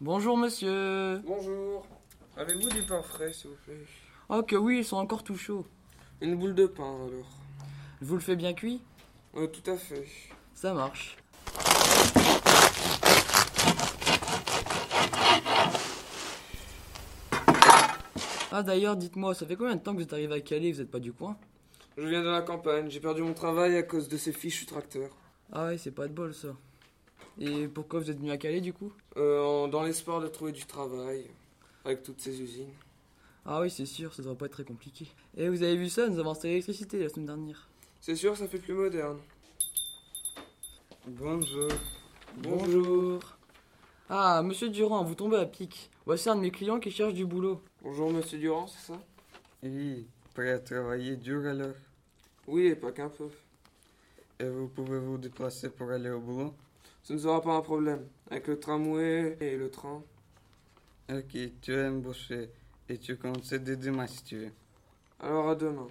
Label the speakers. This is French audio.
Speaker 1: Bonjour monsieur.
Speaker 2: Bonjour. Avez-vous du pain frais, s'il vous plaît
Speaker 1: Oh que oui, ils sont encore tout chauds.
Speaker 2: Une boule de pain, alors.
Speaker 1: Je vous le fais bien cuit
Speaker 2: Euh, tout à fait.
Speaker 1: Ça marche. Ah d'ailleurs, dites-moi, ça fait combien de temps que vous êtes arrivé à Calais et que vous n'êtes pas du coin
Speaker 2: Je viens de la campagne. J'ai perdu mon travail à cause de ces fichus tracteurs.
Speaker 1: Ah ouais, c'est pas de bol ça. Et pourquoi vous êtes venu à Calais du coup
Speaker 2: Euh, en- dans l'espoir de trouver du travail. Avec toutes ces usines.
Speaker 1: Ah oui, c'est sûr, ça devrait pas être très compliqué. Et vous avez vu ça, nous avons installé l'électricité la semaine dernière.
Speaker 2: C'est sûr, ça fait plus moderne. Bonjour.
Speaker 1: Bonjour. Ah, monsieur Durand, vous tombez à pic. Voici un de mes clients qui cherche du boulot.
Speaker 2: Bonjour, monsieur Durand, c'est ça
Speaker 3: Oui, prêt à travailler dur alors
Speaker 2: Oui, et pas qu'un peu.
Speaker 3: Et vous pouvez vous déplacer pour aller au boulot
Speaker 2: Ce ne sera pas un problème. Avec le tramway et le train.
Speaker 3: Ok, tu es embauché et tu comptes céder demain si tu veux.
Speaker 2: Alors à demain.